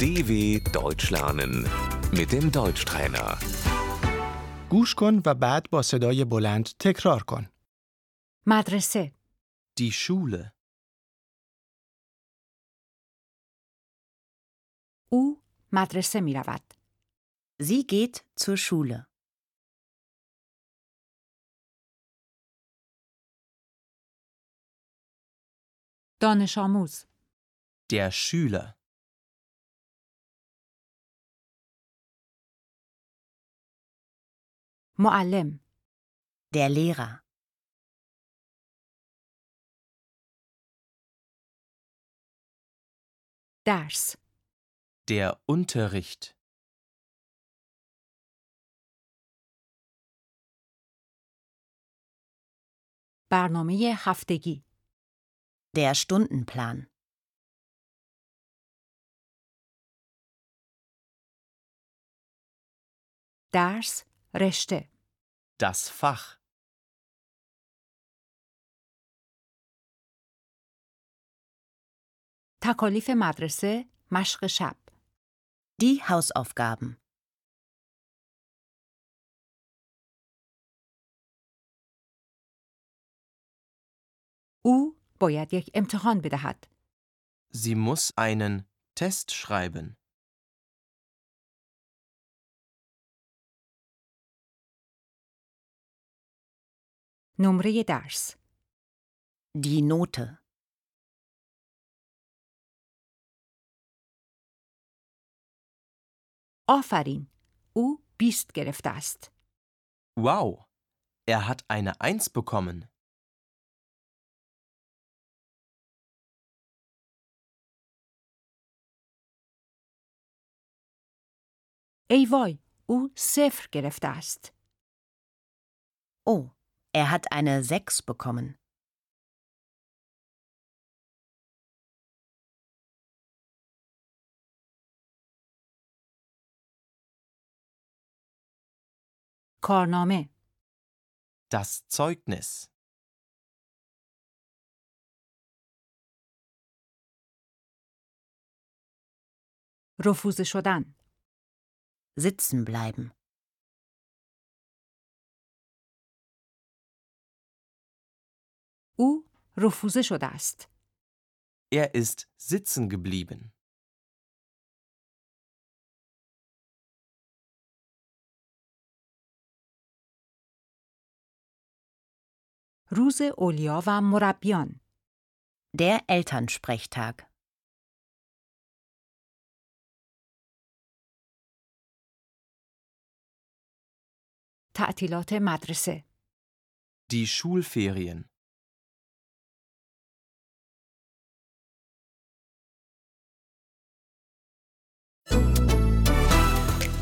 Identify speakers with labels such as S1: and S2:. S1: DW Deutsch lernen mit dem Deutschtrainer.
S2: گوش کن و بعد با صدای بلند تکرار کن.
S3: مدرسه
S4: Die Schule.
S3: او مدرسه می رود.
S5: Sie geht zur Schule.
S3: دانش آموز
S4: Der Schüler.
S3: معلم
S5: Der Lehrer.
S3: درس
S4: Der Unterricht.
S3: برنامه هفتگی
S5: Der Stundenplan.
S3: درس رشته
S4: Das Fach.
S3: تکالیف مدرسه مشق شب
S5: Die Hausaufgaben.
S3: او باید یک امتحان بدهد.
S4: Sie muss einen Test schreiben.
S3: نمره درس
S5: Die Note.
S3: آفرین او 20 گرفته است.
S4: Wow! Er hat eine Eins bekommen.
S3: ای وای او صفر گرفته است.
S5: Oh, er hat eine 6 bekommen.
S3: کارنامه
S4: Das Zeugnis.
S3: رفوزه شدن
S5: Sitzen bleiben.
S3: او رفوزه شده است.
S4: Er ist sitzen geblieben.
S3: روز اولیا و مربیان
S5: Der Elternsprechtag.
S3: تعطیلات مدرسه
S4: Die Schulferien.